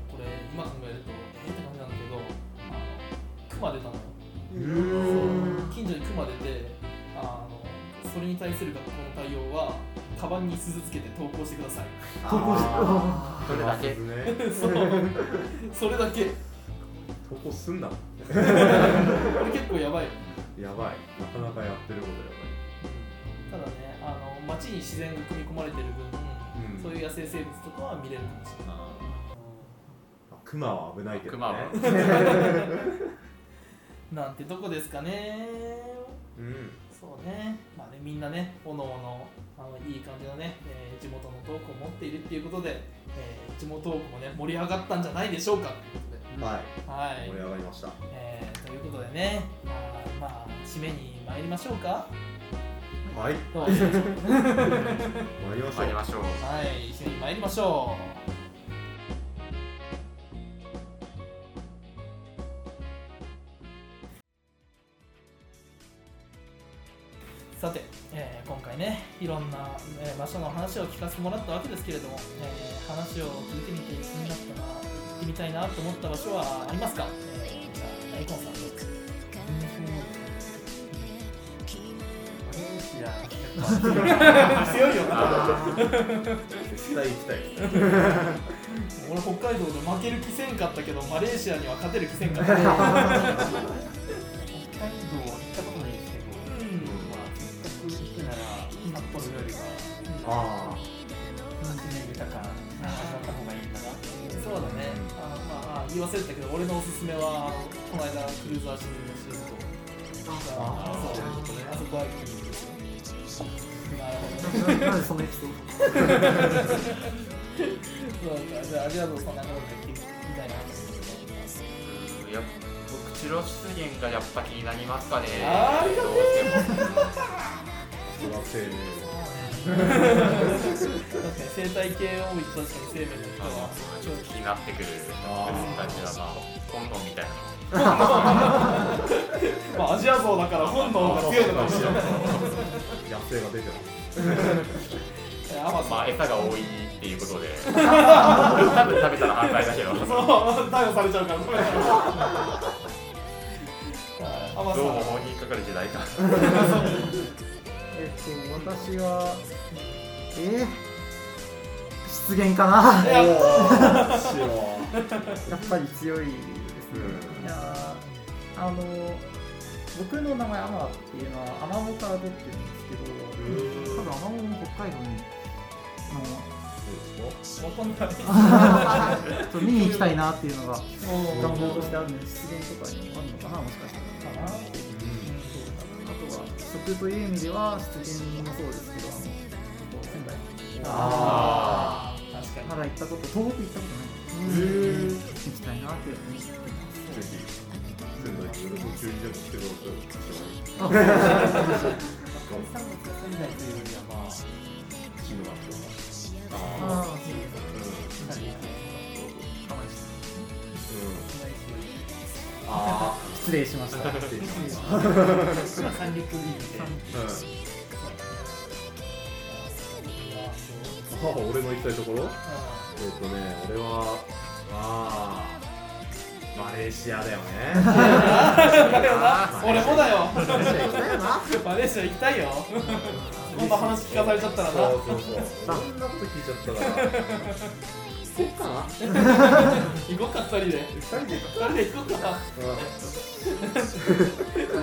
S1: これ今考えるとえー、って感じなんだけどあの熊出たのよそう近所に熊出てあのそれに対する学校の対応はカバンに鈴つけて投稿してください
S3: 投稿してあ
S5: それだけ
S2: ね
S1: そうそれだけ
S2: 投稿すんな
S1: これ結構やばいよね
S2: やばいなかなかやってることや
S1: ただねあの街に自然が組み込まれてる分、
S2: うん
S1: そういう野生生物とかは見れるかもしれない
S2: ばいあクマは危ないけどね
S5: 熊は
S1: なんてとこですかね
S2: うん
S1: そうねまあねみんなねおのおのあのいい感じのね、えー地元のトークを持っているっていうことで、えー地元トークもね盛り上がったんじゃないでしょうかということで
S2: はい
S1: はい
S2: 盛り上がりました
S1: えーということでねあーまあ締めに参りましょうか
S2: はい
S1: どうでしょう
S2: 参りましょ
S5: 参り
S2: う
S5: ましょう
S1: はい締めに参りましょうさて、えー今回ねいろんな、えー場所の話を聞かせてもらったわけですけれども、えー話を聞いてみて気になったな行ってみたいなと思った場所はありますか、えーじゃあ大根さん
S4: マレーシア
S1: 強いよ
S5: あー
S2: 絶対行きたい
S1: 俺北海道で負ける気せんかったけどマレーシアには勝てる気せんか ったうん
S4: 北海道は行ったことないですけど、まあ、せっかく行くなら札幌よりは
S2: あ
S4: 楽しめる豊かな場所だった方がいいかな
S1: そうだねあのまあまあ言い忘れてたけど俺のおすすめはこの間クルーザーシムのシート
S2: あ
S1: あ
S2: ー
S1: そうあそこはなるほどね
S3: ーなんでそのエピソー
S1: そうかじゃあありがとうさんなかなか行ってみたいな
S5: うんやっ僕チュロ出現がやっぱ気になりますかね
S1: あーありが
S5: どうしても
S2: あそれは青年
S1: そうね確かに生態系多いと確かに生命の人は
S5: ちょっと気になってくる感じだな本能みたいな
S1: まあアジア像だから本能が強いのか もしれない
S2: 野生が出てます
S1: アマゾン
S5: まあ餌が多いっていうことで多分食べたら反対だけど
S1: そう逮捕されちゃうからごめんなさいはいアマ
S5: ど
S1: ゾ
S5: う
S1: ン
S5: も法に引っかかる時代か
S3: えっと私はえー、失 言かな
S1: やっ
S2: しよう
S3: やっぱり強いですね、
S2: うん
S3: いやーあの僕の名前アマっていうのはアマモから取ってるんですけど多分アマモも北海道に
S1: わかんない
S3: あのちょっと見に行きたいなっていうのが願
S1: も
S3: 望としてあるので失言とかにもあるのかなもしかしたら
S1: うかな
S3: あとは食という意味では出現もそうですけど、あのちょっと仙台、
S1: あー確かに
S3: まだ行ったこと、東北行ったことな
S1: へ
S3: い
S1: ー
S3: 行きたいなっていうふうに思って
S2: ぜひ仙台に夜の中にでも来てくださ
S4: 国産物が仙台というよりはまあ
S2: いキムは
S3: ま
S5: あ
S3: す。あ
S4: 仙台ですね
S2: あ
S3: ー失礼しました。
S2: ーうん
S4: まあ三陸ビールで
S2: うんあ俺の行きたいところえっ、とね俺はあーマレーシアだよね
S1: 俺もだよ
S2: マレーシア行きたいよな
S1: マレーシア行きたいよこんな話聞かされちゃったらな
S2: そうそうそうそんなこと聞いちゃったらそうかな
S1: 行こうか二人で
S2: 二人で行く
S1: 二人で行こうか
S2: か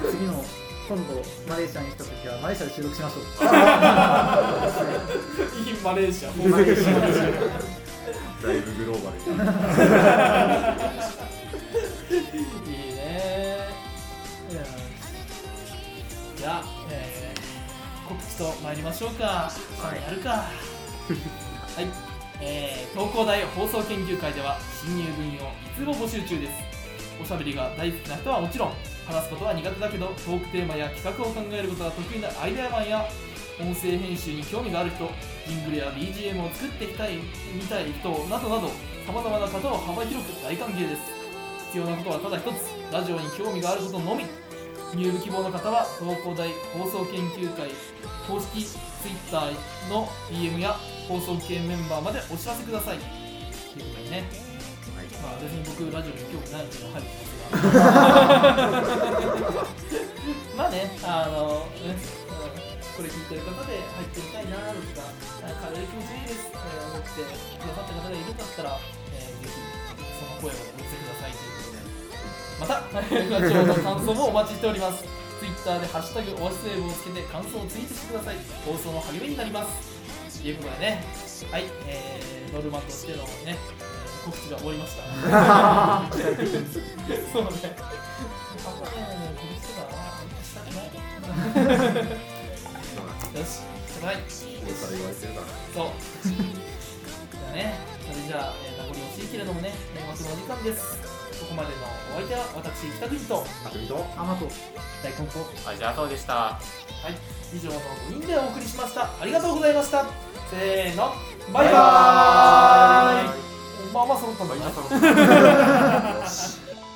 S3: 次の今度マレーシアに来た時はマレーシアで収録しましょう。
S1: いいマレーシア
S3: マレーシアで
S2: だいぶグローバルに
S1: いいねじゃあ、えー告知と参りましょうか、やるかはい、えー東工大放送研究会では新入部員をいつも募集中ですおしゃべりが大好きな人はもちろん話すことは苦手だけどトークテーマや企画を考えることが得意なアイデアマンや音声編集に興味がある人ジングルや BGM を作っていきたい見たい人などなどさまざまな方を幅広く大歓迎です必要なことはただ一つラジオに興味があることのみ入部希望の方は東工大放送研究会公式 Twitter の DM や放送系メンバーまでお知らせくださいということでね、まあ、別に僕ラジオに興味ないっていうのは入ってますがまあねあの、うんうんこれ聞いてる方で入ってみたいなとかなんか軽い気持ちいいですって思ってくださった方がいるんだったら、えーぜひその声をお寄せくださいということでまた、ラジオの感想もお待ちしております。ツイッターでハッシュタグオアシスウェブをつけて感想をツイートしてください。放送の励みになります。ということでね、はい、えー、ノルマとしてのね、えー告知が終わりました。そうね。あんまね、告知とかはあんましたくない。よし、したくない。
S2: 俺から言われてるから
S1: そう。じゃあね、それじゃあ、えー、名残惜しいけれどもね、年末のお時間です。ここまでのお相手は私、北口と。
S2: あ君と
S3: アマト。
S1: 大根と
S5: アジアそうでした
S1: はい、以上の5人でお送りしました。ありがとうございました。せーの、バイバーイ。まあまあ揃ったんだね。
S5: バイバイ